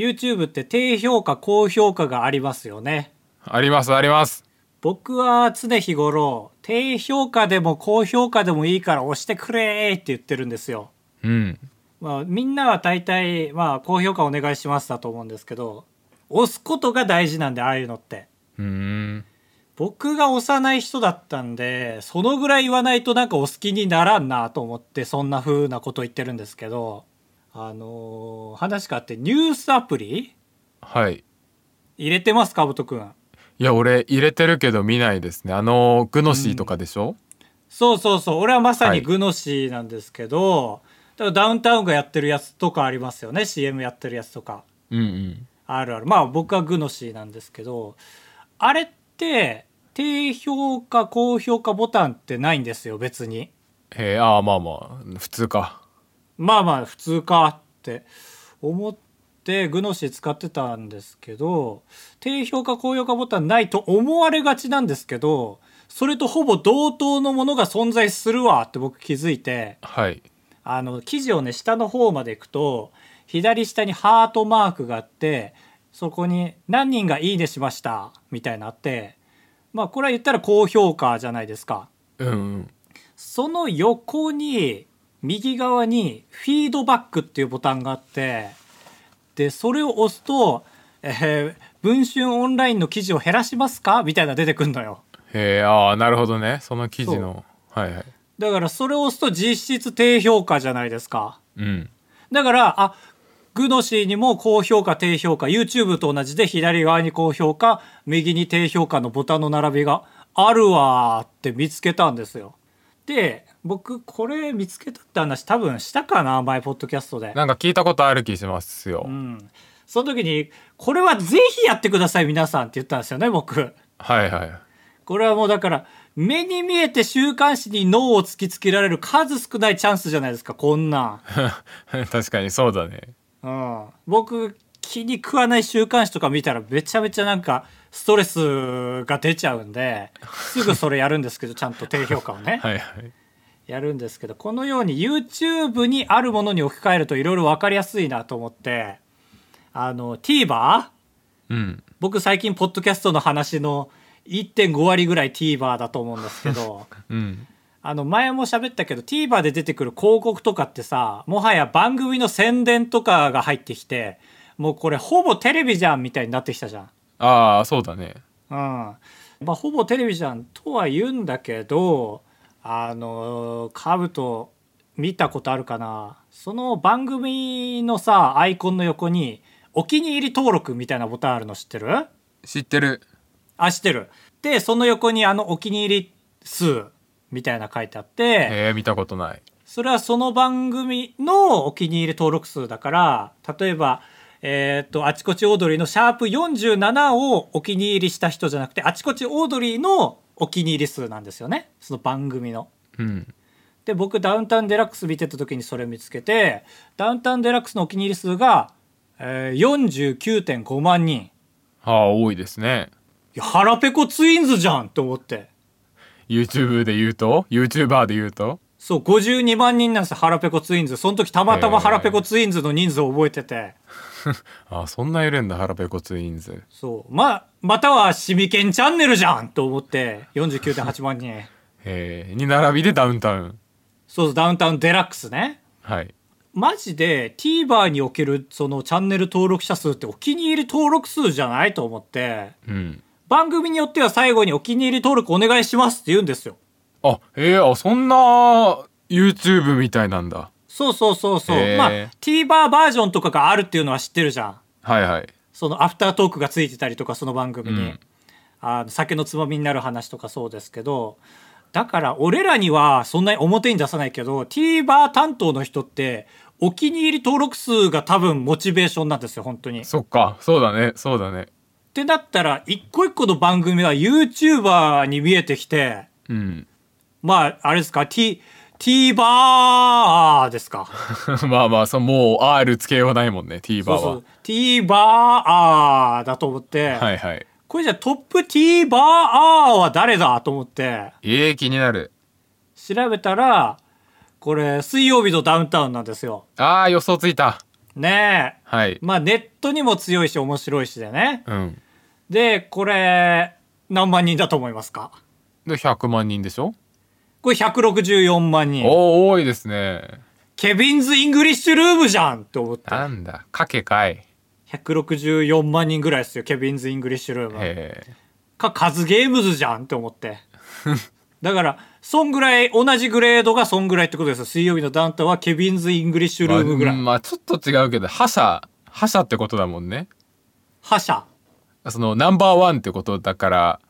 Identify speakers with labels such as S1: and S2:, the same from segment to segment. S1: YouTube って低評価高評価がありますよね
S2: ありますあります
S1: 僕は常日頃低評価でも高評価でもいいから押してくれーって言ってるんですよ、
S2: うん
S1: まあ、みんなは大体、まあ、高評価お願いしますだと思うんですけど押すことが大事なんでああいうのって
S2: うーん
S1: 僕が押さない人だったんでそのぐらい言わないとなんかお好きにならんなと思ってそんな風なこと言ってるんですけどあのー話変わってニュースアプリ
S2: はい
S1: 入れてますかぶとくん
S2: いや俺入れてるけど見ないですねあのグノシーとかでしょ、
S1: そうそうそう俺はまさ
S2: は
S1: に
S2: い
S1: グノシーなんですけど、だからダウンタウンがやってるやつとかありますよね CM やってるやつとか
S2: うん、うん
S1: あるあるまあ僕はグノシーなんですけどあれって低評価高評価ボタンってないんですよ別に。
S2: へえああまあまあ普通か
S1: まあまあ普通かって思ってグノシー使ってたんですけど低評価高評価ボタンないと思われがちなんですけどそれとほぼ同等のものが存在するわって僕気づいて
S2: はい
S1: あの記事をね下の方まで行くと左下にハートマークがあってそこに「何人がいいねしました」みたいなのあってまあこれは言ったら高評価じゃないですか。
S2: うんうん
S1: その横に右側にフィードバックっていうボタンがあってでそれを押すと、えー文春オンラインの記事を減らしますかみたいなの出てくるのよ
S2: へえああなるほどねその記事のはいはい
S1: だからそれを押すと実質低評価じゃないですか
S2: うん
S1: だからあグノシーにも高評価低評価 YouTube と同じで左側に高評価右に低評価のボタンの並びがあるわーって見つけたんですよで僕これ見つけたって話多分したかな前ポッドキャストで
S2: なんか聞いたことある気しますよ、
S1: うんその時にこれはぜひやってください皆さんって言ったんですよね僕
S2: はいはい
S1: これはもうだから目に見えて週刊誌に脳を突きつけられる数少ないチャンスじゃないですかこんなん
S2: 確かにそうだね
S1: うん、僕気に食わない週刊誌とか見たらめちゃめちゃなんかストレスが出ちゃうん ですぐそれやるんですけどちゃんと低評価をね、
S2: はいはい
S1: やるんですけどこのように YouTube にあるものに置き換えるといろいろ分かりやすいなと思ってあの TVer
S2: うん
S1: 僕最近ポッドキャストの話の1.5割ぐらい TVer だと思うんですけ ど
S2: うん
S1: あの前も喋ったけど TVer で出てくる広告とかってさもはや番組の宣伝とかが入ってきてもうこれほぼテレビじゃんみたいになってきたじゃん。
S2: ああそうだね
S1: うんまあ、ほぼテレビじゃんとは言うんだけどあのカブト見たことあるかなその番組のさアイコンの横に「お気に入り登録」みたいなボタンあるの知ってる
S2: 知ってる
S1: あ知ってるでその横にあの「お気に入り数」みたいな書いてあって。
S2: えー、見たことない
S1: それはその番組のお気に入り登録数だから例えば、えーっとあちこちオードリーの「シャープ #47」をお気に入りした人じゃなくてあちこちオードリーのお気に入り数なんですよねその番組の。
S2: うん
S1: で僕ダウンタウンデラックス見てた時にそれ見つけてダウンタウンデラックスのお気に入り数が、えー49.5万人
S2: ああ多いですね
S1: いや腹ペコツインズじゃんと思って
S2: YouTube で言うと YouTuber で言うと
S1: そう52万人なんですよ腹ペコツインズその時たまたま腹ペコツインズの人数を覚えてて。
S2: ああそんないるんだ腹ペコツインズ
S1: そう。ま、または、シミケンチャンネルじゃんと思って、49.8万人。
S2: えー、に並びでダウンタウン
S1: そうそう、ダウンタウンデラックスね。
S2: はい
S1: マジで、TVer における、その、チャンネル登録者数って、お気に入り登録数じゃないと思って、
S2: うん
S1: 番組によっては最後にお気に入り登録お願いしますって言うんですよ。
S2: あえー、あそんな YouTube みたいなんだ
S1: そうそうそうそう。
S2: へー
S1: まあ、TVer バージョンとかがあるっていうのは知ってるじゃん。
S2: はいはい
S1: そのアフタートークがついてたりとかその番組に、
S2: うん
S1: あの酒のつまみになる話とかそうですけどだから俺らにはそんなに表に出さないけど TVer 担当の人ってお気に入り登録数が多分モチベーションなんですよ本当に。っ
S2: そっかそうだねそうだね
S1: てなったら一個一個の番組は YouTuber に見えてきて
S2: うん
S1: まああれですか T TVer ですか。
S2: まあまあそもう R つけようないもんね TVer
S1: そう
S2: は
S1: そう TVer だと思って、
S2: はいはい
S1: これじゃあトップ TVer は誰だと思って。
S2: えー、気になる
S1: 調べたらこれ水曜日のダウンタウンなんですよ
S2: あー予想ついた
S1: ねえ
S2: はい。
S1: まあネットにも強いし面白いしでね
S2: うん。
S1: でこれ何万人だと思いますか
S2: で、100万人でしょ
S1: これ164万人
S2: おー、多いですね。
S1: ケビンズ・イングリッシュルームじゃんって思った
S2: なんだ、かけかい。
S1: 164万人ぐらいですよケビンズ・イングリッシュルーム
S2: へえ。
S1: かカズゲームズじゃんって思って だからそんぐらい同じグレードがそんぐらいってことですよ水曜日のダウンタウンはケビンズ・イングリッシュルームぐら
S2: まあ
S1: い
S2: まあ、ちょっと違うけど、覇者、覇者ってことだもんね。
S1: 覇者
S2: その、ナンバーワンってことだから、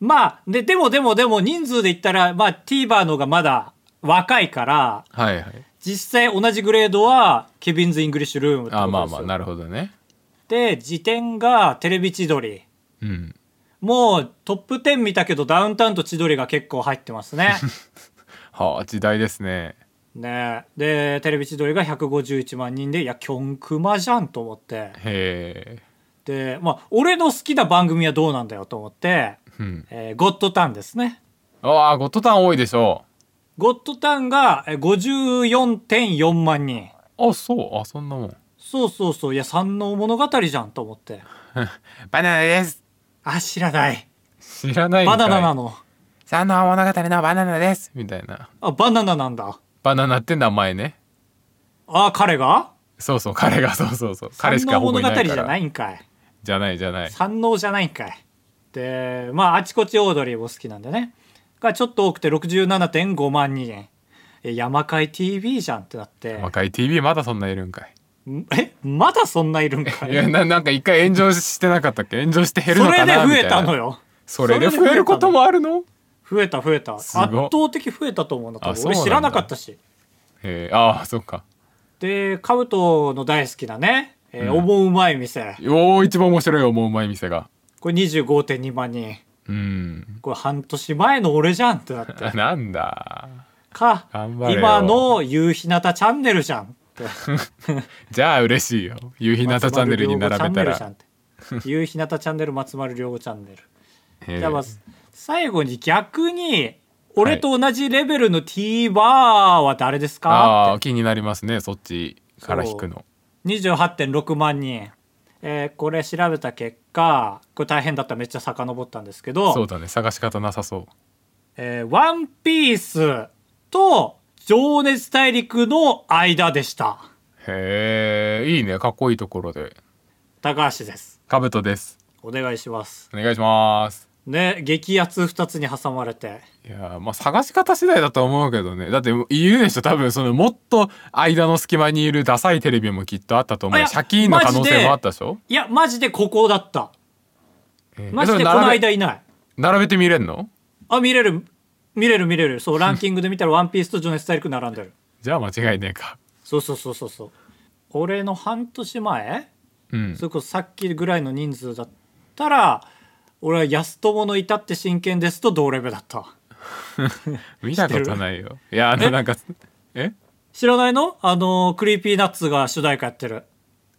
S1: まあででもでもでも人数で言ったら、まあ、TVer の方がまだ若いから
S2: はいはい。
S1: 実際同じグレードはケビンズ・イングリッシュルームってこ
S2: あ
S1: とですよ
S2: ーまあまあ、なるほどね。
S1: で時点がテレビ千鳥
S2: うん。
S1: もうトップ10見たけどダウンタウンと千鳥が結構入ってます ね
S2: はあ、時代ですね。
S1: ねえでテレビ千鳥が151万人でいやキョンクマじゃんと思って
S2: へえ。
S1: でまあ俺の好きな番組はどうなんだよと思って
S2: うん
S1: 「えーゴッドタン」ですね
S2: ああ、ゴッドタン多いでしょ
S1: ゴッドタンがえー54.4万人
S2: う。あ、そう。あ、そんなもん。
S1: そうそうそういや三能物語じゃんと思って
S2: バナナです。
S1: あ知らない
S2: 知らないんか
S1: バ
S2: い
S1: ナナなの
S2: 三の物語のバナナですみたいな
S1: あバナナなんだ
S2: バナナって名前ね
S1: あ彼が
S2: そうそう彼がそうそうそう彼しかほぼ
S1: 物
S2: いな
S1: 語
S2: いから
S1: じゃないんかい
S2: じゃないじゃない
S1: 三能じゃないんかいでまああちこちオードリーも好きなんでねがちょっと多くて67.5万人え山海 TV じゃんってなって
S2: 若い TV まだそんないるんか
S1: んえまだそんないるんか
S2: いいやななんか一回炎上してなかったっけ炎上して減る
S1: そ
S2: のか
S1: れで
S2: な
S1: 増
S2: みたい
S1: え
S2: な
S1: たのよ
S2: それで増えることもあるの
S1: 増えた増えた圧
S2: すごっ
S1: 倒的増えたと思うの多
S2: あ
S1: 分
S2: そうな
S1: 俺
S2: んだ
S1: 知らなかったし
S2: えー、ああそっか
S1: でカブトの大好きなね、えー
S2: うん
S1: 思ううまい店
S2: おお一番面白い思ううまい店が
S1: これ25.2万人
S2: うん
S1: これ半年前の俺じゃんってなって
S2: あなんだ
S1: か
S2: 頑張れよ
S1: 今の夕日向チャンネルじゃん って
S2: じゃあ嬉しいよ夕日向チャンネルに並べたら、
S1: 夕日向チャンネル松丸亮吾チャンネル
S2: えー
S1: じゃあまず最後に逆に俺と同じレベルの TVer は誰ですか、
S2: あー気になりますねそっちから引くの
S1: って28.6万人、えーこれ調べた結果これ大変だっためっちゃ遡ったんですけど
S2: そうだね探し方なさそう
S1: えーワンピースと情熱大陸の間でした
S2: へえいいねかっこいいところで
S1: 高橋です
S2: かぶとです
S1: お願いします
S2: お願いします
S1: ね激アツ2つに挟まれて
S2: いやーまあ探し方次第だとは思うけどねだって言うでしょ多分そのもっと間の隙間にいるダサいテレビもきっとあったと思
S1: いうや
S2: シャキーンの可能性もあったでしょ
S1: いやマジでここだった
S2: えー
S1: マジで
S2: え
S1: こ
S2: そ
S1: の
S2: れ並べ
S1: 間いない
S2: 並べてみれんの
S1: あ見れる見れる見れるそうランキングで見たら「ワンピースと「情熱大陸」並んでる
S2: じゃあ間違いねえか
S1: そうそうそうそうそう俺の半年前
S2: うん
S1: それこそさっきぐらいの人数だったら俺は安友の至って真剣ですと同レベルだった
S2: 見たことないよいやあのなんかえ
S1: 知らないのあのクリーピーナッツが主題歌やってる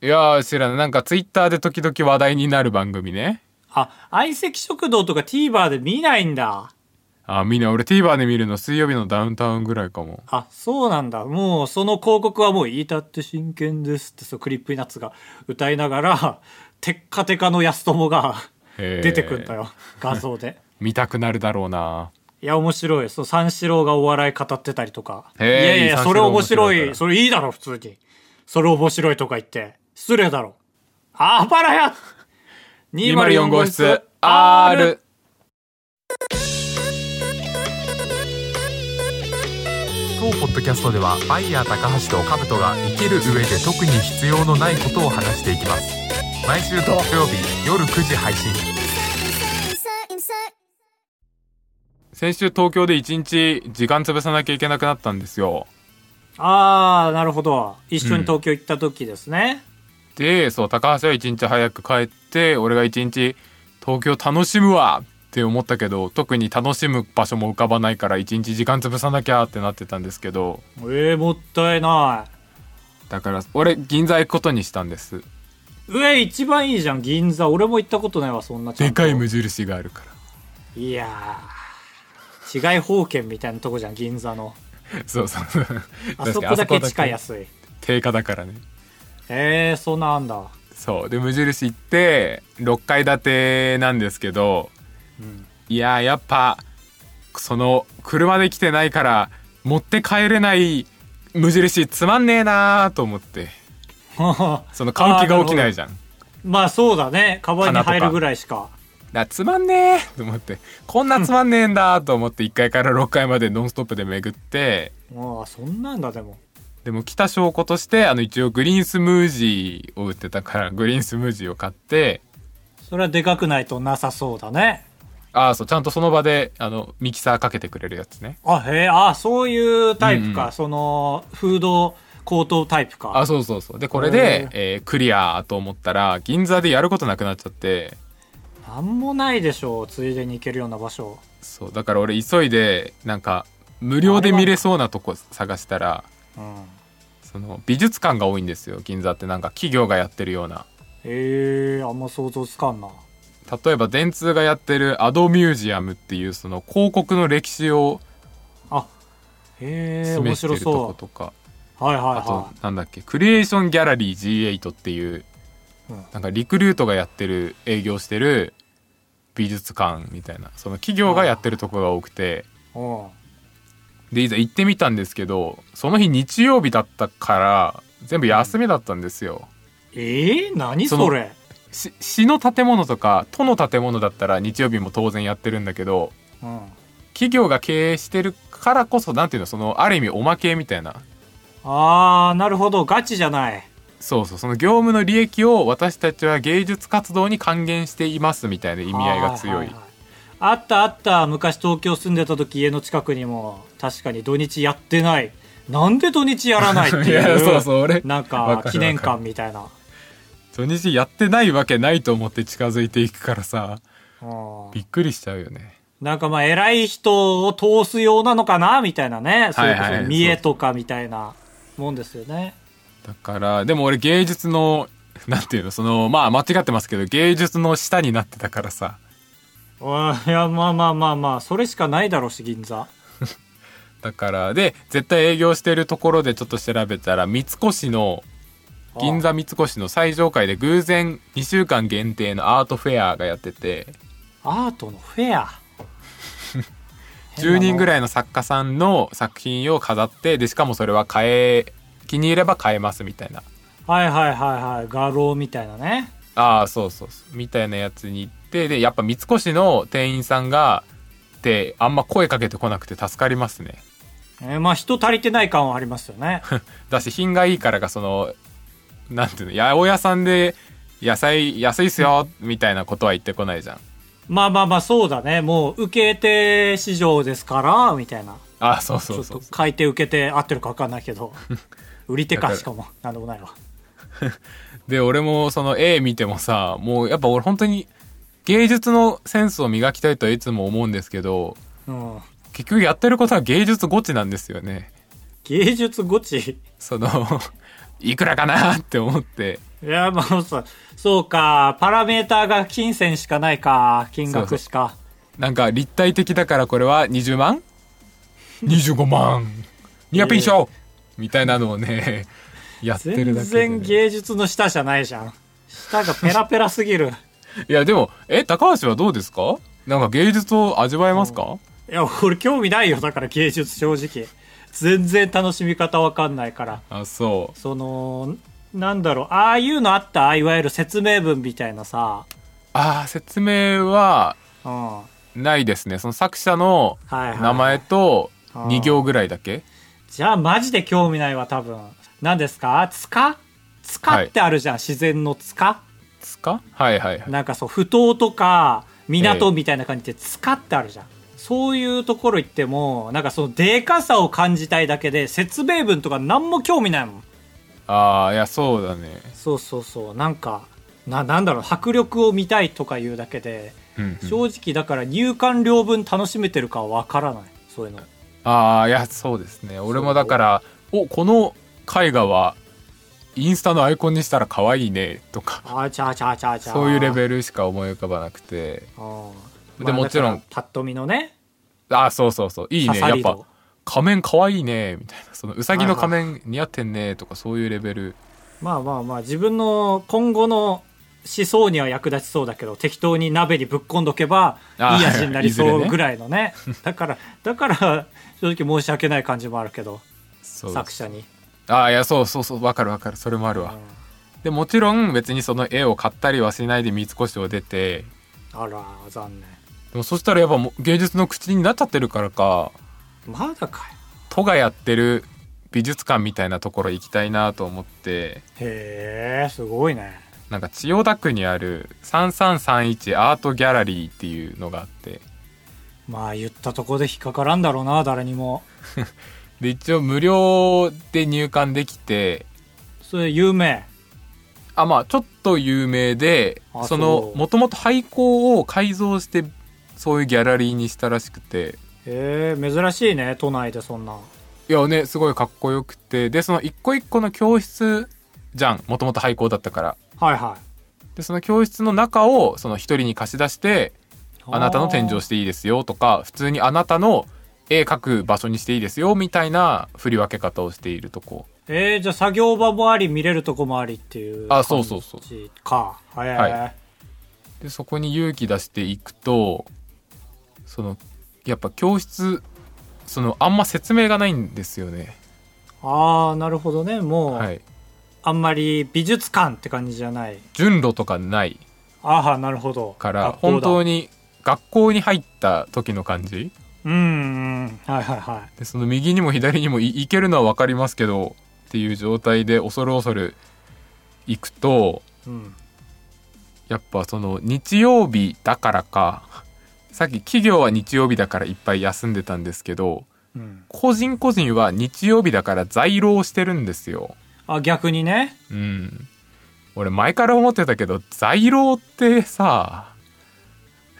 S2: いやー知らないなんかツイッターで時々話題になる番組ね
S1: あ相席食堂とか TVer で見ないんだ
S2: あみんな俺 TVer で見るの水曜日のダウンタウンぐらいかも
S1: あそうなんだもうその広告はもう「至って真剣です」ってそうクリーピーナッツが歌いながらテッカテカの安友が
S2: へー
S1: 出てくんだよ画像で
S2: 見たくなるだろうない
S1: や面白いそう三四郎がお笑い語ってたりとかい
S2: へー
S1: やいや
S2: 三
S1: そ
S2: 四
S1: れ
S2: 郎
S1: 面白
S2: 面白い
S1: い
S2: から
S1: それいいだろ普通にそれ面白いとか言って失礼だろあばらや
S2: 204号室 R 当ポッドキャストではバイヤー高橋とカブトが生きる上で特に必要のないことを話していきます毎週土曜日夜9時配信
S3: insert, insert.
S2: 先週東京で一日時間潰さなきゃいけなくなったんですよ
S1: ああなるほど一緒に東京行った時ですね、
S2: でそう高橋は一日早く帰って俺が一日東京楽しむわって思ったけど特に楽しむ場所も浮かばないから一日時間潰さなきゃってなってたんですけど
S1: えー、もったいない
S2: だから俺銀座行くことにしたんです
S1: うえ一番いいじゃん銀座俺も行ったことないわそんなちゃ
S2: で
S1: んと
S2: かい無印があるか
S1: いやー違い方券みたいなとこじゃん銀座の
S2: ら そうそう確かに
S1: あそこだけ近い
S2: あ
S1: 安
S2: そこ
S1: い
S2: だけ定価だからね
S1: えー、そうなんだ。
S2: そうで無印行って6階建てなんですけど
S1: うん。
S2: いやーやっぱその車で来てないから持って帰れない無印つまんねえなーと思ってその換気が起きないじゃんだか
S1: まあそうだね。カバンに入るぐらいしか。
S2: らつまんねえと思ってこんなつまんねえんだと思って1 階から6階までノンストップで巡って
S1: ああ、そんなんだ、でも。
S2: でも来た証拠としてあの一応グリーンスムージーを売ってたからグリーンスムージーを買って
S1: それはでかくないとなさそうだね。
S2: ああそうちゃんとその場であのミキサーかけてくれるやつね
S1: あ、へえ、あそういうタイプ
S2: うん
S1: か。
S2: うん
S1: その、フード高等タイプか。
S2: あそうそうそうでこれで、えークリアと思ったら銀座でやることなくなっちゃって
S1: なんもないでしょう。ついでに行けるような場所。
S2: そうだから俺急いでなんか無料で見れそうなとこ探したら
S1: うん。
S2: その美術館が多いんですよ銀座ってなんか企業がやってるような
S1: ええあんま想像つかんな。
S2: 例えば電通がやってるアドミュージアムっていうその広告の歴史を
S1: あ、へえ、面
S2: 示して
S1: 白
S2: るとこ
S1: そ
S2: とか、
S1: う。はいはい
S2: あと
S1: は
S2: なんだっけクリエーションギャラリー G8 ってい
S1: い。
S2: う
S1: うん
S2: なんかリクルートがやってる営業してる美術館みたいなその企業がやってるとこが多くて
S1: うん。
S2: でいざ行ってみたんですけどその日日曜日だったから全部休みだったんですよ。
S1: ええ何
S2: その
S1: それ
S2: し市の建物とか都の建物だったら日曜日も当然やってるんだけど
S1: うん。
S2: 企業が経営してるからこそなんていうのそのある意味おまけみたいな
S1: あー、なるほど。ガチじゃない。
S2: そうそうその業務の利益を私たちは芸術活動に還元していますみたいな意味合いが強
S1: はいははあったあった昔東京住んでた時家の近くにも確かに土日やってないなんで土日やらないっ ていう
S2: やそうそう俺
S1: なん
S2: わ
S1: か
S2: かる
S1: 記念館みたいな
S2: 土日やってないわけないと思って近づいていくからさ
S1: うん
S2: びっくりしちゃうよね
S1: なんかまあ偉い人を通すようなのかなみたいなねそれこ
S2: はいはい
S1: そ見栄とかみたいなもんですよね
S2: だからでも俺芸術のなんていうのそのまあ間違ってますけど芸術の下になってたからさ
S1: うんいやまあまあまあまあそれしかないだろうし銀座
S2: だからで絶対営業してるところでちょっと調べたら三越の銀座三越の最上階で偶然2週間限定のアートフェアがやってて
S1: アートのフ ェア
S2: 10人ぐ
S1: い
S2: らいの作家さんの作品を飾ってでしかもそれは買え気に入れば買えますみたいな
S1: はいはいはいはい画廊みたいなね
S2: ああそうそうそうみたいなやつに行ってでやっぱ三越の店員さんがってあんま声かけてこなくて助かりますね
S1: えーまあ人足りてない感はありますよ ね
S2: だし品がいいからかそのなんていうの八百屋さんで野菜安いっすよみたいなことは言ってこないじゃん
S1: まあまあまあそうだねもう受け手市場ですからみたいな
S2: ああそうそう
S1: ち
S2: そ
S1: ょ
S2: う
S1: っと買い手受け手合ってるか分かんないけ ど売り手
S2: だ
S1: か
S2: から
S1: しかもなんでもないわ
S2: で俺もその絵見てもさもうやっぱ俺本当に芸術のセンスを磨きたいとはいつも思うんですけど
S1: うん
S2: 結局やってることは芸術ゴチなんですよね
S1: 芸術ゴチい
S2: その いくらかなって思って
S1: やまあそうそうかパラメーターが金銭しかないか金額しか
S2: なんか立体的だからこれは20万 ?25 万ニアピン賞、みたいなのをね やってる
S1: 全
S2: だけでね、
S1: 然芸術の下じゃないじゃん下がペラペラすぎる
S2: いやでもえ高橋はどうですかなんか芸術を味わえますか、
S1: いや俺興味ないよだから芸術正直全然楽しみ方分かんないから
S2: あそ
S1: そのなんだろうああいうのあったいわゆる説明文みたいなさ
S2: うあー説明は
S1: うんは
S2: ないですねその作者の
S1: いはい
S2: 名前と
S1: はい
S2: 2行ぐらいだけ
S1: じゃあマジで興味ないわ多分何ですか塚塚ってあるじゃん、自然の塚
S2: ですかはいはいはい
S1: なんかそう埠頭とか港みたいな感じで塚ってあるじゃん、そういうところ行ってもなんかそのでかさを感じたいだけで説明文とか何も興味ないもん
S2: ああいやそうだね
S1: そうそうそうなんかななんだろう迫力を見たいとかいうだけで
S2: うん、うん、
S1: 正直だから入館料分楽しめてるかは分からないそういうの
S2: ああいやそうですね俺もだからおこの絵画はインスタのアイコンにしたら可愛いねとか
S1: あちゃあちゃあちゃあちゃ
S2: そういうレ
S1: ル
S2: ベルしか思い浮かばなくて
S1: で
S2: でもちろん
S1: パッと見のね
S2: ああそうそうそういい
S1: 刺
S2: ね
S1: さ
S2: やっ
S1: り度
S2: ぱ仮面可愛いねみたいなそのうさぎの仮面似合ってんねとかそういうレベル
S1: まあまあまあ自分の今後の思想には役立ちそうだけど適当に鍋にぶっこんどけば
S2: あー
S1: いい味になり
S2: いず
S1: そ
S2: れ
S1: う
S2: ね
S1: ぐらいのね だからだから正直申し訳ない感じもあるけど
S2: そう
S1: 作者に
S2: ああいやそうそうそうわかるわかるそれもあるわ、でもちろん別にその絵を買ったりはしないで三越を出て
S1: あら残念
S2: でもそしたらやっぱもう芸術の口になっちゃってるからか
S1: まだかよ
S2: 都がやってる美術館みたいなところ行きたいなと思って
S1: へえすごいね
S2: なんか千代田区にある3331アートギャラリーっていうのがあって
S1: まあ言ったとこで引っかからんだろうな誰にも
S2: で一応無料で入館できて
S1: それ有名
S2: あまあちょっと有名で
S1: あ
S2: その
S1: そう
S2: もともと廃校を改造してそういうギャラリーにしたらしくて
S1: へえ珍しいね都内でそんない
S2: やねすごいかっこよくてでその一個一個の教室じゃんもともと廃校だったから
S1: はいは
S2: でその教室の中をその一人に貸し出して
S1: い
S2: あなたの天井していいですよとか普通にあなたの絵描く場所にしていいですよみたいな振り分け方をしているとこ
S1: えー、じゃあ作業場もあり見れるとこもありっていう
S2: あそうそうそう
S1: 感じかへえ、
S2: はでそこに勇気出していくとそのやっぱ教室そのあんま説明がないんですよね
S1: ああなるほどねもう、
S2: はい
S1: あんまり美術館って感じじゃない
S2: 順路とかない
S1: ああなるほど
S2: から本当
S1: に
S2: に学校に入った時の感じ
S1: うんうんはいはいはい
S2: でその右にも左にもい行けるのは分かりますけどっていう状態で恐る恐る行くと
S1: うん、
S2: やっぱその日曜日だからかさっき企業は日曜日だからいっぱい休んでたんですけど
S1: うん、
S2: 個人個人は日曜日だから在労してるんですよ。
S1: あ逆にね
S2: うん俺前から思ってたけど在労ってさ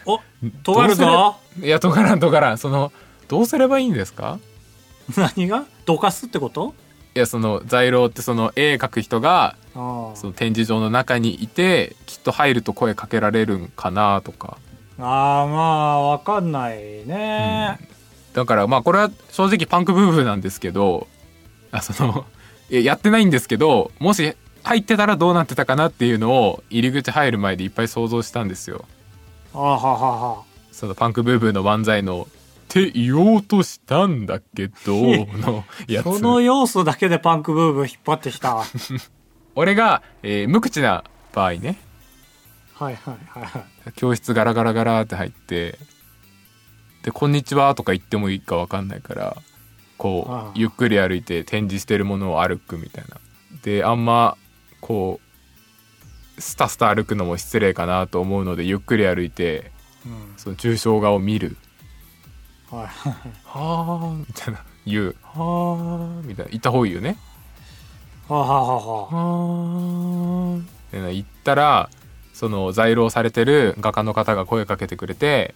S1: おとがるぞ
S2: いやとがらんとがらんそのどうすればいいんですか
S1: 何がどかすってこと
S2: いやその在労ってその絵描く人が
S1: あ
S2: その展示場の中にいてきっと入ると声かけられるんかなとか
S1: ああーまあわかんないね、
S2: だからまあこれは正直パンクブームなんですけどあそのいややってないんですけどもし入ってたらどうなってたかなっていうのを入り口入る前でいっぱい想像したんですよ
S1: ああははは
S2: そのパンクブームの漫才の「って言おうとしたんだけど」のや
S1: その
S2: つ
S1: 要素だけでパンクブーム引っ張ってき たはい
S2: 俺が、えー無口な場合ね
S1: はいはいはい
S2: 教室ガラガラガラって入ってで「こんにちは」とか言ってもいいか分かんないからこ
S1: ああ
S2: うゆっくり歩いて展示してるものを歩くみたいなであんまこうスタスタ歩くのも失礼かなと思うのでゆっくり歩いて
S1: うん
S2: その抽象画を見る
S1: はいはい
S2: 「はあ」みたいな言う「はあ」みたいな言った方がいいよね
S1: はあはあはあはあ
S2: はあで行ったらその在廊されてる画家の方が声かけてくれて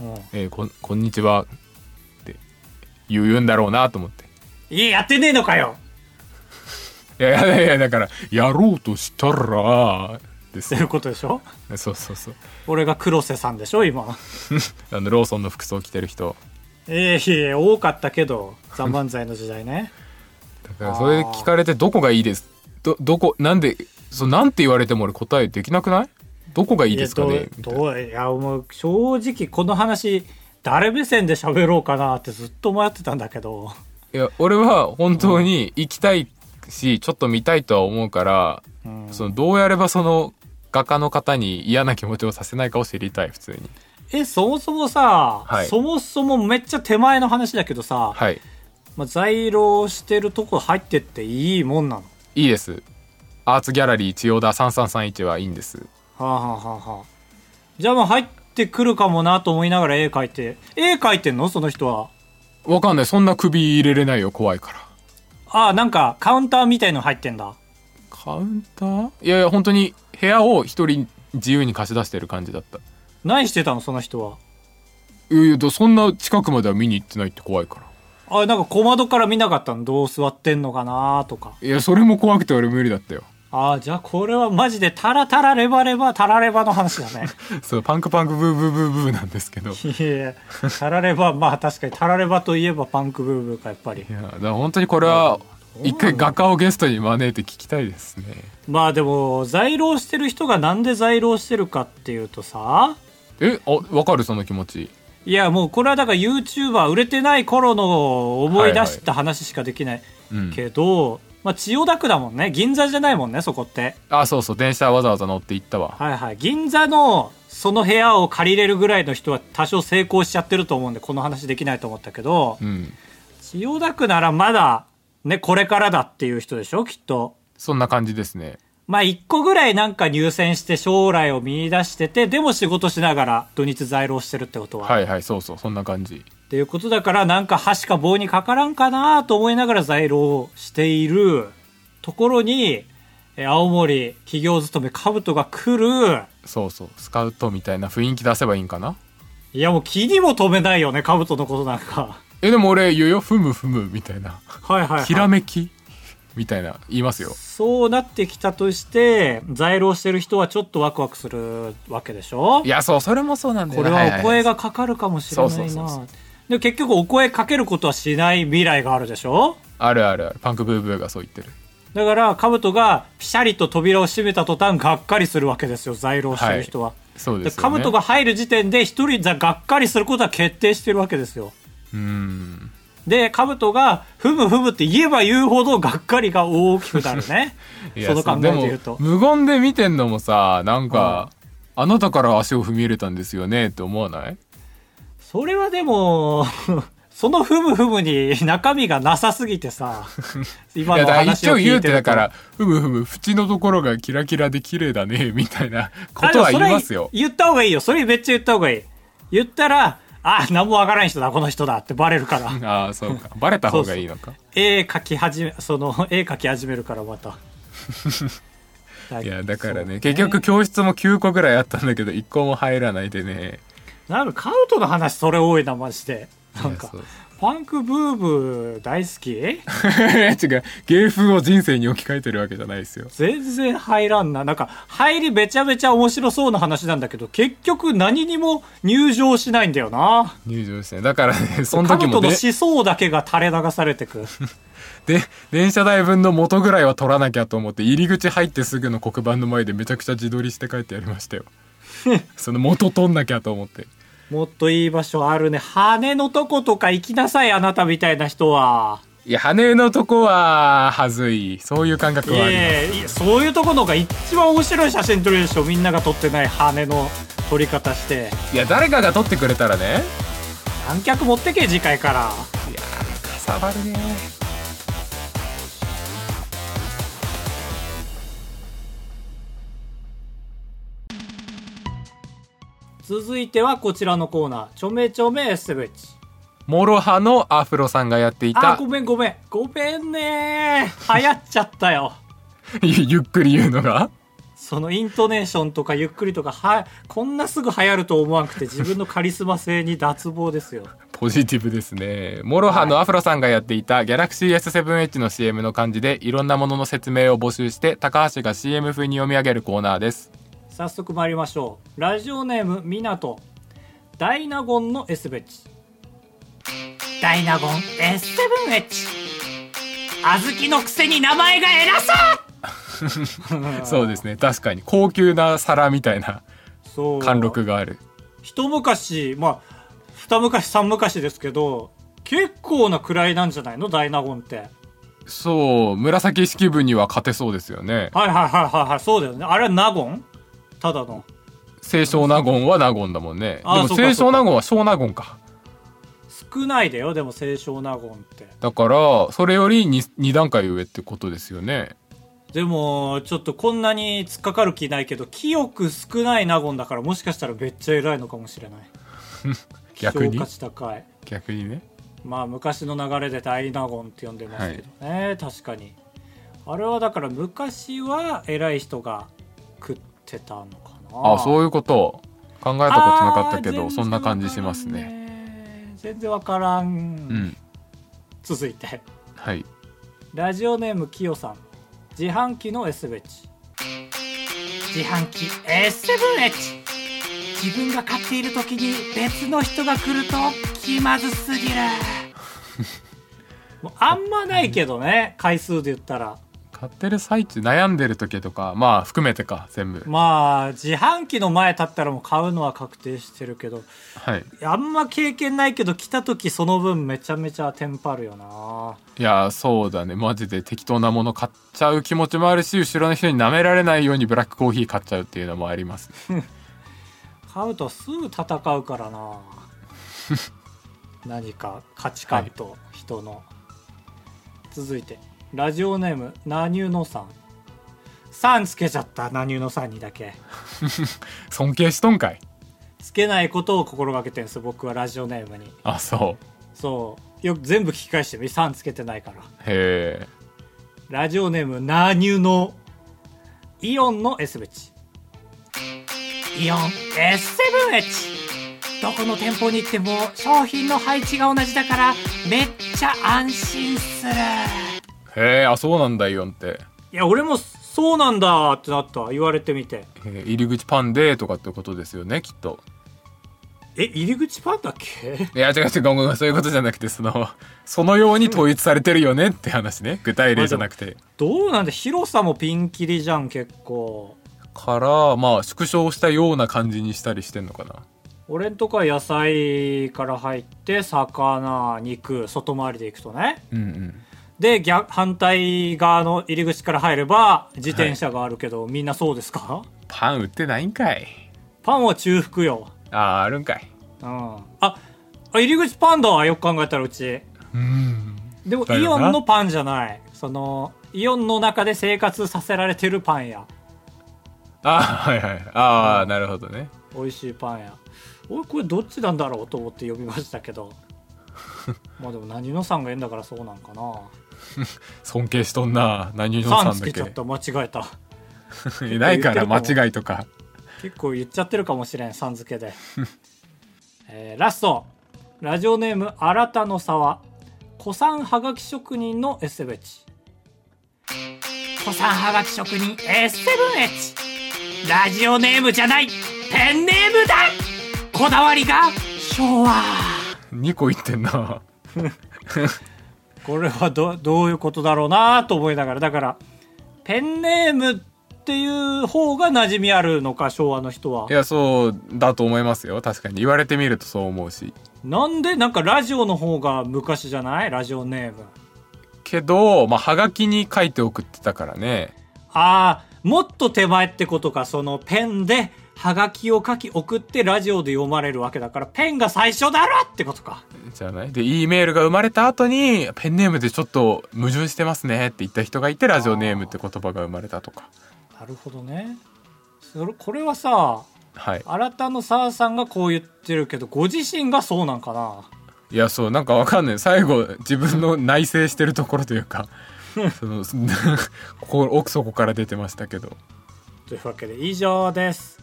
S1: うん
S2: えーこんこんにちはって言う言うんだろうなと思って
S1: いややってねえのかよ
S2: いやいやいやだからやろうとしたらです
S1: そういう
S2: よ
S1: ことでしょ
S2: そうそうそう
S1: 俺が黒瀬さんでしょ今
S2: あのローソンの服装着てる人
S1: ええいえ多かったけど「ザ・漫才」の時代ね
S2: だからそれで聞かれてどこがいいですどどこなんでそうなんて言われても俺答えできなくないどこが いいですかね
S1: いや
S2: み
S1: どう
S2: たいな
S1: どういやもう正直この話誰目線で喋ろうかなってずっと迷ってたんだけど
S2: いや俺は本当に行きたいしちょっと見たいとは思うから、
S1: うん
S2: そのどうやればその画家の方に嫌な気持ちをさせないかを知りたい普通に
S1: えそもそもさ、
S2: はい
S1: そもそもめっちゃ手前の話だけどさ、
S2: はい
S1: まあ、在廊してるとこ入ってっていいもんなの
S2: いいです。アーツギャラリー千代田3331はいいんです。
S1: はあはあはあはあじゃあまあ入ってくるかもなと思いながら絵描いて絵描いてんのその人は
S2: わかんない。そんな首入れれないよ。怖いから。
S1: ああなんかカウンターみたいの入ってんだ
S2: カウンターいやいや、本当に部屋を一人自由に貸し出してる感じだった。
S1: 何してたのその人はい
S2: やいや、そんな近くまでは見に行ってないって怖いから。
S1: あなんか小窓から見なかったのどう座ってんのかなとか
S2: いや、それも怖くて俺無理だったよ。
S1: ああじゃあこれはマジでタラタラレバレバタラレバの話だ ね
S2: そう、パンクパンクブーブーブーブーなんですけど。い
S1: いやいやタラレバまあ確かにタラレバといえばパンクブーブーかやっぱり
S2: や、だから本当にこれは一回画家をゲストに招いて聞きたいですね
S1: まあでも在労してる人がなんで在労してるかっていうとさ
S2: えあわかるその気持ち
S1: いやもうこれはだから YouTuber 売れてない頃の思い出した話しかできない
S2: うん
S1: けど、まあ千代田区だもんね銀座じゃないもんねそこって
S2: あそうそう電車わざわざ乗って行ったわ
S1: はいはい銀座のその部屋を借りれるぐらいの人は多少成功しちゃってると思うんでこの話できないと思ったけど、
S2: うん
S1: 千代田区ならまだねこれからだっていう人でしょきっと
S2: そんな感じですね
S1: まあ一個ぐらいなんか入選して将来を見出しててでも仕事しながら土日在労してるってことは、
S2: はいはいそうそうそんな感じ
S1: っていうことだからなんか箸か棒にかからんかなと思いながら在労をしているところにえー青森企業勤め兜が来る
S2: そうそうスカウトみたいな雰囲気出せばいいんかない
S1: やもう気にも留めないよね兜のことなんか
S2: えでも俺言うよふむふむみたい な
S1: はいはい、はい、
S2: ひらめきみたいな言いますよ
S1: そうなってきたとして在労してる人はちょっとワクワクするわけでしょ
S2: いやそうそれもそうなんだよ
S1: これ
S2: い
S1: はお
S2: い
S1: 声がかかるかもしれ
S2: そう
S1: ない
S2: そうそうそ
S1: なで結局お声かけることはしない未来があるでしょ
S2: あるあるあるパンクブーブーがそう言ってる
S1: だから兜がピシャリと扉を閉めた途端がっかりするわけですよ在労してる人は、
S2: そう
S1: で
S2: ですよね
S1: 兜が入る時点で一人ががっかりすることは決定してるわけですよ
S2: うん
S1: で兜が「ふむふむ」って言えば言うほどがっかりが大きくなるね
S2: いや
S1: その考えで言う
S2: そ
S1: と
S2: でも無言で見てんのもさなんか、あなたから足を踏み入れたんですよねって思わない
S1: それはでも そのふむふむに中身がなさすぎて さ今
S2: いや
S1: の
S2: だから
S1: 話
S2: 一応
S1: を
S2: 言
S1: 聞
S2: う
S1: いて
S2: てだ
S1: ると
S2: からふむふむ縁のところがキラキラで綺麗だねみたいなことは言いますよ
S1: あでもそれ言った方がいいよそれめっちゃ言った方がいい言ったらあ何もわからん人だこの人だってバレるから
S2: ああそうかバレた方がいいのか
S1: 絵描き始めその絵描き始めるからまた
S2: いやだから
S1: そう
S2: ね結局教室も9個ぐらいあったんだけど1個も入らないでね
S1: なんかカウトの話それ多いなマジでなんか
S2: いや
S1: パンクブーブー大好き
S2: そう違う芸風を人生に置き換えてるわけじゃないですよ
S1: 全然入らんななんか入りめちゃめちゃ面白そうな話なんだけど結局何にも入場しないんだよな
S2: 入場してねだからね その
S1: カ
S2: 時
S1: ウ
S2: も
S1: トの
S2: で
S1: 思想だけが垂れ流されて く
S2: で電車代分の元ぐらいは取らなきゃと思って入り口入ってすぐの黒板の前でめちゃくちゃ自撮りして帰ってやりました よその元取んなきゃと思って
S1: もっといい場所あるね羽のとことか行きなさいあなたみたいな人はい
S2: や羽のとこははずいそういう感覚
S1: い
S2: はあります
S1: えいえそういうとこの方が一番面白い写真撮れるでしょみんなが撮ってない羽の撮り方して
S2: いや誰かが取ってくれたらね
S1: 観客持ってけ次回から
S2: いやーかさばるね
S1: 続いてはこちらのコーナーちょめちょめエステベッチ
S2: モロハのアフロさんがやってい
S1: あ
S2: た
S1: ごめんごめんごめんねー流行っちゃったよ
S2: ゆゆっくり言うのが
S1: そのイントネーションとかゆっくりとかはこんなすぐ流行ると思わなくて自分のカリスマ性に脱帽ですよ
S2: ポジティブですね。モロハのアフロさんがやっていたギャラクシー S7H の CM の漢字でいろんなものの説明を募集して高橋が CM 風に読み上げるコーナーです。
S1: 早速参りましょうラジオネームみなとダイナゴンの S ベッチダイナゴン S7H 小豆のくせに名前が偉そう
S2: そうですね。確かに高級な皿みたいな
S1: そう
S2: 貫禄がある。
S1: 一昔まあ二昔三昔ですけど結構な位なんじゃないのダイナゴンって
S2: そう、紫式部には勝てそうですよね。
S1: はいはいはいはいはいそうだよねあれはナゴンただの
S2: 清少納言は納言だもんね。で
S1: あ
S2: も
S1: そうか
S2: 清少納言は小納言か。
S1: 少ないだよでも清少納言って
S2: だから、それより 2, 2段階上ってことですよね。
S1: でもちょっとこんなに突っかかる気ないけど清く少ない納言だからもしかしたらめっちゃ偉いのかもしれない
S2: 逆
S1: 希
S2: に
S1: 少価値高い
S2: 逆にね。
S1: まあ昔の流れで大納言って呼んでますけどね、確かにあれはだから昔は偉い人が食ってたのかな
S2: あ、そういうこと。考えたことなかったけ
S1: あー
S2: ど、そんな感じしますね。
S1: 全然わからんね全
S2: う
S1: 然わからん、
S2: ん。
S1: 続いて
S2: はい。
S1: ラジオネームきよさん自販機の S ベッチ自販機 S7H 自分が買っている時に別の人が来ると気まずすぎるもうあんまないけどね回数で言ったら
S2: 買ってる最中悩んでる時とかまあ含めてか全部
S1: まあ自販機の前立ったらもう買うのは確定してるけど
S2: はい
S1: あんま経験ないけど来た時その分めちゃめちゃテンパるよない
S2: やそうだねマジで適当なもの買っちゃう気持ちもあるし後ろの人に舐められないようにブラックコーヒー買っちゃうっていうのもあります
S1: 買うとすぐ戦うからな何か価値観と人の、続いてラジオネームナニューノさんさんつけちゃったナニューノさんにだけ
S2: 尊敬しとんかい
S1: つけないことを心がけてるんです僕はラジオネームに
S2: あそう
S1: そうよく全部聞き返してみさんつけてないから
S2: へえ
S1: ラジオネームナニュのイオンの S ブチイオン S7H どこの店舗に行っても商品の配置が同じだからめっちゃ安心する
S2: へえあそうなんだイオンって、
S1: いや俺もそうなんだってなった言われてみて
S2: えー入り口パンでとかってことですよねきっと
S1: え入り口パンだっけ
S2: いや違う違うごめんごめんそういうことじゃなくてそのそのように統一されてるよねって話ね具体例じゃなくて
S1: どうなんだ広さもピンキリじゃん結構
S2: からまあ縮小したような感じにしたりしてんのかな
S1: 俺んとこは野菜から入って魚肉外回りで行くとね
S2: うんうん
S1: で逆反対側の入り口から入れば自転車があるけど、みんなそうですか
S2: パン売ってないんかい
S1: パンは中腹よ、
S2: あああるんかい
S1: うん、ああ入り口パンだわよく考えたらうち
S2: うん
S1: でも
S2: だよ
S1: イ
S2: な
S1: オンのパンじゃないそのイオンの中で生活させられてるパン屋
S2: ああはいはいああなるほどね
S1: 美味しいパン屋俺これどっちなんだろうと思って呼びましたけ どまあでも何のさんが縁だからそうなんかな
S2: 尊敬しとんな何々
S1: さ
S2: の
S1: ん
S2: さ
S1: つ
S2: ん
S1: け
S2: だ
S1: ちゃっ
S2: け
S1: た間違えた
S2: い ないから間違いとか
S1: 結構言っちゃってるかもしれんさん付けで、 えーラストラジオネーム新たの沢古参はがき職人の S7H 古参はがき職人 S7H ラジオネームじゃないペンネームだこだわりが昭和
S2: 2個言ってんな
S1: これはどどういうことだろうなと思いながらだからペンネームっていう方が馴染みあるのか昭和の人はい
S2: やそうだと思いますよ確かに言われてみるとそう思うし
S1: なんでなんかラジオの方が昔じゃないラジオネーム。
S2: けどまあはがきに書いて送ってたからね
S1: ああ、もっと手前ってことか、そのペンで、はがきを書き送ってラジオで読まれるわけだから、ペンが最初だろってことか。
S2: じゃないで E メールが生まれた後にペンネームでちょっと矛盾してますねって言った人がいてラジオネームって言葉が生まれたとか
S1: なるほどね。それ、これはさ、
S2: はい
S1: 新たの沢さんがこう言ってるけど、ご自身がそうなんかない
S2: やそうなんかわかんない最後自分の内省してるところという かそのここ奥底から出てましたけど
S1: というわけで以上です。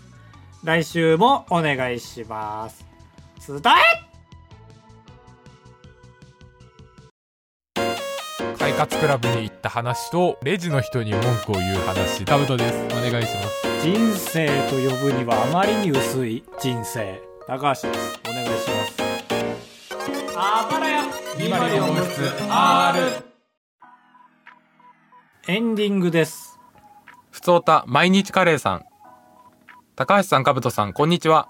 S1: 来週もお願いします。伝え
S2: 快活クラブに行った話とレジの人に文句を言う話タブトですお願いします
S1: 人生と呼ぶにはあまりに薄い人生高橋ですお願いしますあばらやエンディングです
S2: ふつおた毎日カレーさん高橋さんかぶとさんこんにちは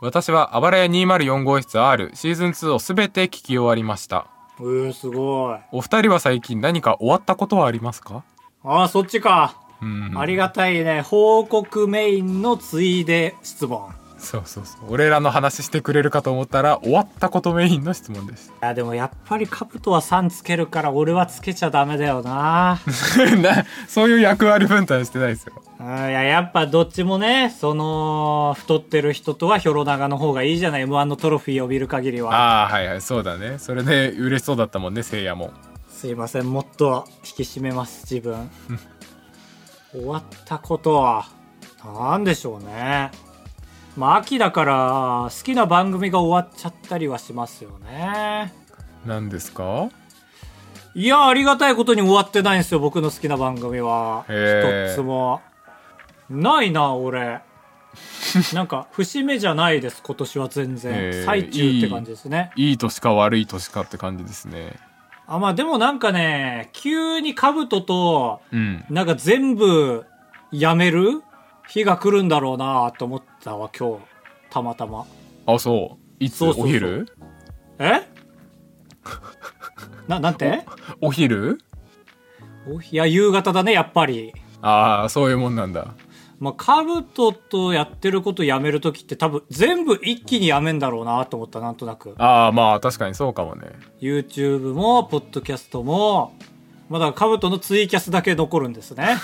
S2: 私はあばらや204号室 R シーズン2をすべて聞き終わりました
S1: うーすごい
S2: お二人は最近何か終わったことはありますか
S1: あーそっちか、
S2: うん
S1: ありがたいね報告メインのついで質問
S2: そうそうそう俺らの話してくれるかと思ったら終わったことメインの質問です
S1: あでもやっぱりカブトは3つけるから俺はつけちゃダメだよな
S2: なそういう役割分担してないですよ
S1: うんいややっぱどっちもねその太ってる人とはひょろ長の方がいいじゃない m 1のトロフィーを見る限りは
S2: ああはいはいそうだねそれで嬉しそうだったもんねせいやも
S1: すいませんもっと引き締めます自分終わったことは何でしょうねまあ秋だから好きな番組が終わっちゃったりはしますよね
S2: 何ですか
S1: いやありがたいことに終わってないんですよ僕の好きな番組は
S2: へー
S1: 一つもないな 俺なんか節目じゃないです今年は全
S2: へ
S1: 然
S2: ー
S1: 最中って感じですね
S2: いい年か悪い年かって感じですね
S1: あ、まあでもなんかね、急に兜と、
S2: うん
S1: なんか全部やめる日が来るんだろうなと思ったわ、今日。たまたま。
S2: あそういつ
S1: そうそうそう
S2: お昼
S1: えな、なんて
S2: お昼
S1: おいや、夕方だね、やっぱり。
S2: ああそういうもんなんだ
S1: まあ、カブトとやってることやめるときって多分全部一気にやめんだろうなと思った、なんとなく。
S2: ああまあ確かにそうかもね
S1: YouTube も、ポッドキャストも、まあだからカブトのツイキャスだけ残るんですね。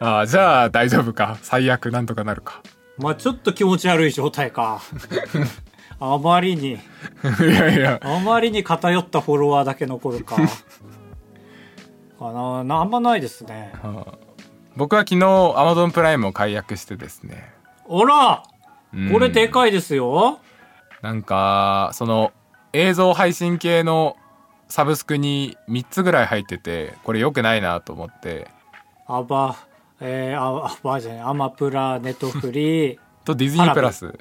S2: ああじゃあ大丈夫か最悪なんとかなるか
S1: まあちょっと気持ち悪い状態か。あまりに、
S2: いやいや
S1: あまりに偏ったフォロワーだけ残 るか。かななあんまないですね。
S2: 僕は昨日 Amazon プライムを解約してですね
S1: あら
S2: うん
S1: これでかいですよ。
S2: なんかその映像配信系のサブスクに3つぐらい入っててこれ良くないなと思って
S1: アバ、えー、あアバじゃない、アマプラ、ネットフ リー。
S2: とディズニープラス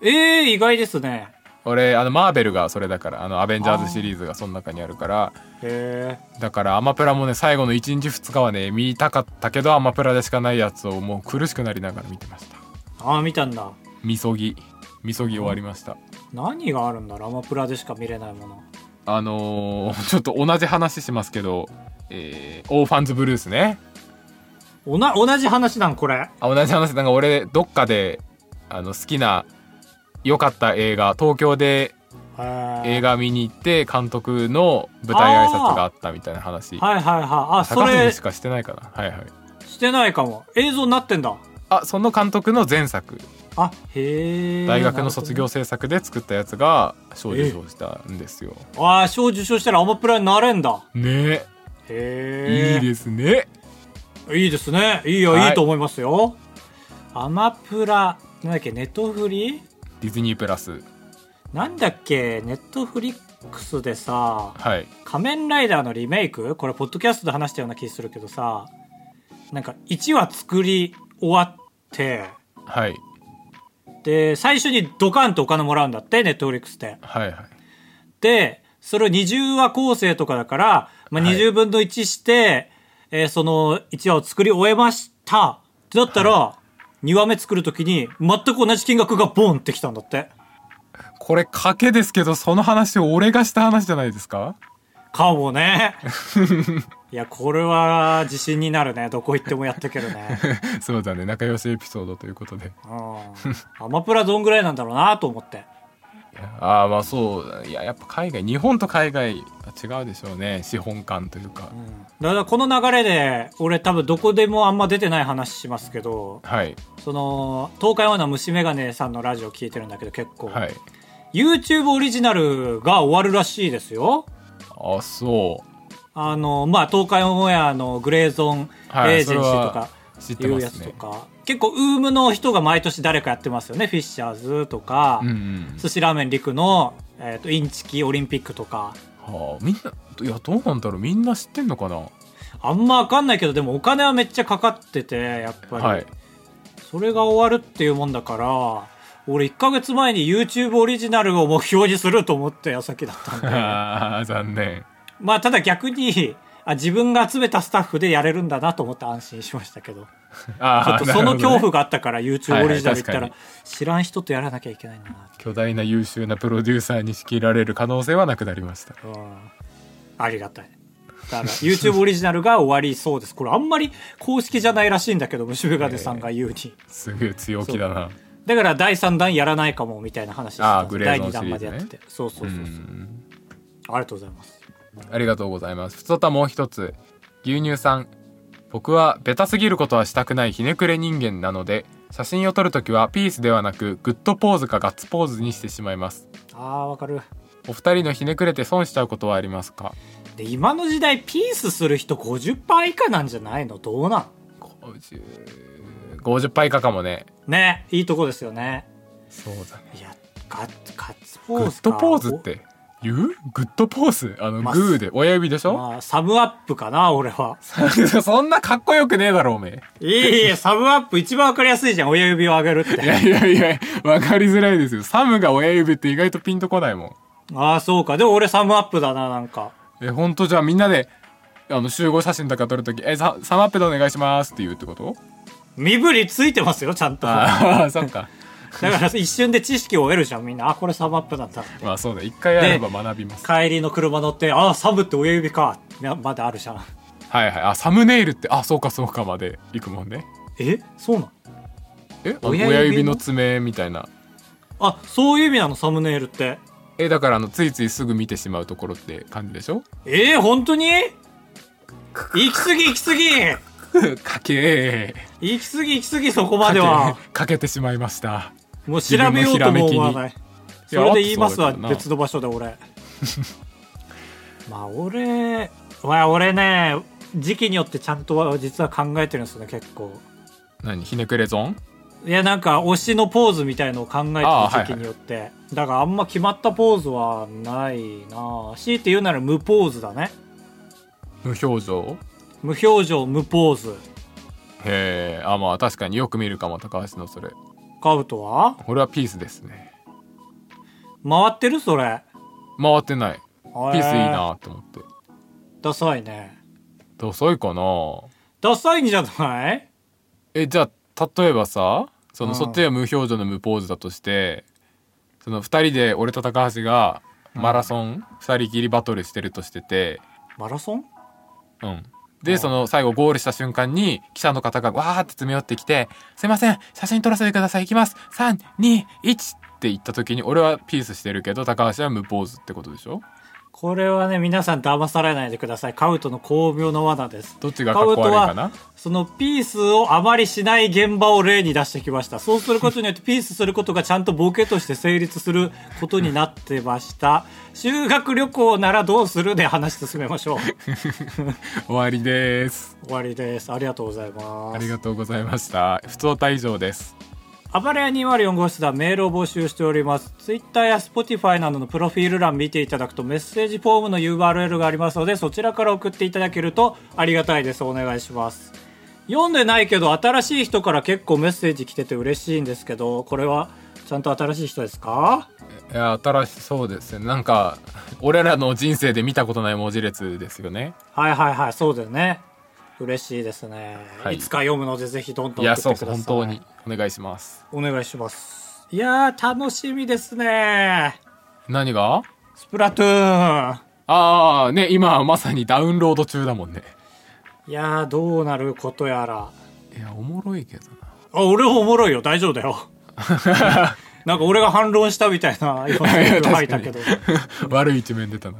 S1: ええー、意外ですね。
S2: 俺あのマーベルがそれだからあのアベンジャーズシリーズがその中にあるから
S1: へ
S2: だからアマプラもね最後の1日2日はね見たかったけどアマプラでしかないやつをもう苦しくなりながら見てました
S1: え。ああ、見たんだ。
S2: みそぎみそぎ終わりました
S1: 何があるんだろうアマプラでしか見れないもの。
S2: あのーちょっと同じ話しますけど、えー、オーファンズブルースね
S1: おな、同じ話なん、これ。
S2: あ同じ話なんか俺どっかであの好きな良かった映画東京で
S1: えー
S2: 映画見に行って監督の舞台挨拶があったみたいな話
S1: はいはいはい。あ、そ
S2: 高
S1: れ
S2: 橋し、かしてないかなはいはい
S1: してないかも。映像になってんだ。
S2: あその監督の前作
S1: あ、へえ。
S2: 大学の卒
S1: な
S2: 業
S1: る
S2: 制作で作ったやつが賞受賞したんですよ、
S1: ほどね。ああ、賞受賞したらアマプラになれんだ。
S2: ね
S1: へえ。
S2: いいですね
S1: す。いいですね。いいよ、
S2: はい
S1: いいと思いますよ。アマプラ、なんだっけ、ネットフリ
S2: ディズニープラス
S1: なんだっけ、ネットフリックスでさ、
S2: はい
S1: 仮面ライダーのリメイクこれポッドキャストで話したような気するけどさなんか1話作り終わって
S2: はい
S1: で最初にドカンとお金もらうんだってネットフリックスって
S2: はいはい
S1: でそれを20話構成とかだから、まあ、
S2: はい
S1: 20分の1して、えーその1話を作り終えましたってなったら、2話目作るときに全く同じ金額がボンってきたんだって
S2: これ賭けですけどその話を俺がした話じゃないですか
S1: かもねいやこれは自信になるねどこ行ってもやってけるね
S2: そうだね仲良しエピソードということで
S1: うん、アマプラどんぐらいなんだろうなと思って
S2: いやあーまあそうだいややっぱ海外日本と海外は違うでしょうね資本感というか、
S1: だからこの流れで俺多分どこでもあんま出てない話しますけど
S2: はい
S1: その東海オンの虫眼鏡さんのラジオ聞いてるんだけど結構、
S2: はい
S1: YouTube オリジナルが終わるらしいですよ
S2: あそう
S1: あのまあ東海オンエアのグレーゾーン
S2: はい
S1: エージェンシーとか
S2: 知って
S1: いう
S2: ま
S1: や
S2: す
S1: つと
S2: ね
S1: か、結構ウームの人が毎年誰かやってますよねフィッシャーズとか、
S2: うんうん
S1: 寿司ラーメン陸の、えー、とインチキオリンピックとか
S2: はあみんないやどうなんだろうみんな知ってんのかな
S1: あんまわかんないけど、でもお金はめっちゃかかってて、やっぱり。
S2: はい
S1: それが終わるっていうもんだから、俺1ヶ月前に YouTube オリジナルを目標にすると思った矢先だったん で。
S2: あー残念
S1: まあ、ただ逆に、あ自分が集めたスタッフでやれるんだなと思って安心しましたけど。 ちょ
S2: あ
S1: っ
S2: ー
S1: とその
S2: なるほ
S1: 恐
S2: どね
S1: 怖があったから、YouTube オリジナル行ったら、
S2: はいはい確か
S1: 知らん人とやらなきゃいけないんだなって。
S2: 巨大な優秀なプロデューサーに仕切られる可能性はなくなりました
S1: うんありがたい。だから YouTube オリジナルが終わりそうです。これあんまり公式じゃないらしいんだけど、虫眼鏡さんが言うに。
S2: すげえ強気だな
S1: だから第3弾やらないかもみたいな話して
S2: あ
S1: た
S2: あ
S1: んです
S2: グレー
S1: 第
S2: ゾ
S1: 2
S2: ーンシ
S1: 弾
S2: リー
S1: ま
S2: ズ
S1: で
S2: ね
S1: やっててそうそうそう
S2: う
S1: そう、
S2: ん
S1: ありがとうございます
S2: ありがとうございますふつおたもう一つ牛乳さん僕はベタすぎることはしたくないひねくれ人間なので写真を撮るときはピースではなくグッドポーズかガッツポーズにしてしまいます
S1: ああわかる
S2: お二人のひねくれて損しちゃうことはありますか
S1: で今の時代ピースする人50%以下なんじゃないのどうなん
S2: 50 50パー以下かもね
S1: ねいいとこですよね
S2: そうだね
S1: いやガッガッツポ
S2: グ
S1: ー
S2: ッ
S1: ズか
S2: ドポーズって言うグッドポーズあの
S1: まあ
S2: グーで親指でし
S1: お
S2: ょ
S1: まあサムアップかな俺は
S2: そんなかっこよくねえだろおめえ
S1: いい いサムアップ一番わかりやすいじゃん親指を上げるっ
S2: いや
S1: て
S2: いやいや、わかりづらいですよ。サムが親指って意外とピンとこないもん。
S1: ああそうかでも俺サムアップだななんか
S2: え本当じゃあみんなであの集合写真とか撮るとき「えさサマッペでお願いします」って言うってこと
S1: 身振りついてますよちゃんとだ
S2: ああそっか
S1: から一瞬で知識を得るじゃんみんなあこれサマップだった
S2: まあそうね一回やれば学びます
S1: 帰りの車乗ってあサブって親指かなまだあるじゃん
S2: はいはいあサムネイルってあそうかそうかまで行くもんね
S1: えそうなん
S2: えあの
S1: 親指の
S2: 親指の爪みたいな
S1: あそういう意味なのサムネイルって
S2: えだからあのついついすぐ見てしまうところって感じでしょ
S1: えー、本当に行き過ぎ行き過ぎ
S2: かけ
S1: 行き過ぎ行き過ぎそこまでは
S2: かけ かけてしまいました
S1: もう調べようとも思わない
S2: い
S1: そ
S2: や
S1: れで言いますわ
S2: あとそうだけどな
S1: 別の場所で俺 まあ俺まあ俺ね時期によってちゃんとは実は考えてるんですよね結構
S2: 何ひねくれゾン
S1: いやなんか推しのポーズみたいのを考えて
S2: ああ
S1: る時期によって、だからあんま決まったポーズはないなあ強いて言うなら無ポーズだね
S2: 無表情
S1: 無表情無ポーズ
S2: へえあまあ確かによく見るかも高橋のそれ
S1: カウトは
S2: これはピースですね
S1: 回ってるそれ
S2: 回ってない
S1: ピ
S2: ピースいいなと思って
S1: ダサいね
S2: ダサいかな
S1: ダサいんじゃない
S2: えじゃあ例えばさその
S1: うん
S2: そっちが無表情の無ポーズだとしてその2人で俺と高橋がマラソン2人きりバトルしてるとしてて
S1: マラソン
S2: うん
S1: う
S2: で
S1: ん
S2: その最後ゴールした瞬間に記者の方がわーって詰め寄ってきて「すいません写真撮らせてください行きます321」って言った時に俺はピースしてるけど高橋は無ポーズってことでしょ
S1: これはね皆さん騙されないでくださいカウトの巧妙な罠です
S2: どっちがかっこ悪いかな
S1: そのピースをあまりしない現場を例に出してきましたそうすること によってピースすることがちゃんとボケとして成立することになってました修学旅行ならどうするで話進めましょう
S2: 終わりです
S1: 終わりですありがとうございます
S2: ありがとうございました普通歌以上です
S1: 暴れ屋204号室ではメールを募集しております。ツイッターや Spotify などのプロフィール欄見ていただくとメッセージフォームの URL がありますのでそちらから送っていただけるとありがたいです。お願いします。読んでないけど新しい人から結構メッセージ来てて嬉しいんですけど、これはちゃんと新しい人ですか
S2: いや新しそうですねなんか俺らの人生で見たことない文字列ですよね
S1: はいはいはい、そうですね。嬉しいですね。
S2: はい
S1: い、つか読むのでぜひどんどん送
S2: いや
S1: ってく
S2: そう
S1: ださい。
S2: 本当に。お願いします
S1: お願いします。いやー、楽しみですね。
S2: 何が
S1: スプラトゥーン。
S2: ああね今まさにダウンロード中だもんね
S1: いやーどうなることやら
S2: いやおもろいけど
S1: あ俺はおもろいよ大丈夫だ よなんか俺が反論したみたいな今
S2: ないや
S1: 吐い
S2: 確か
S1: た
S2: に
S1: けど
S2: 悪い一面出たな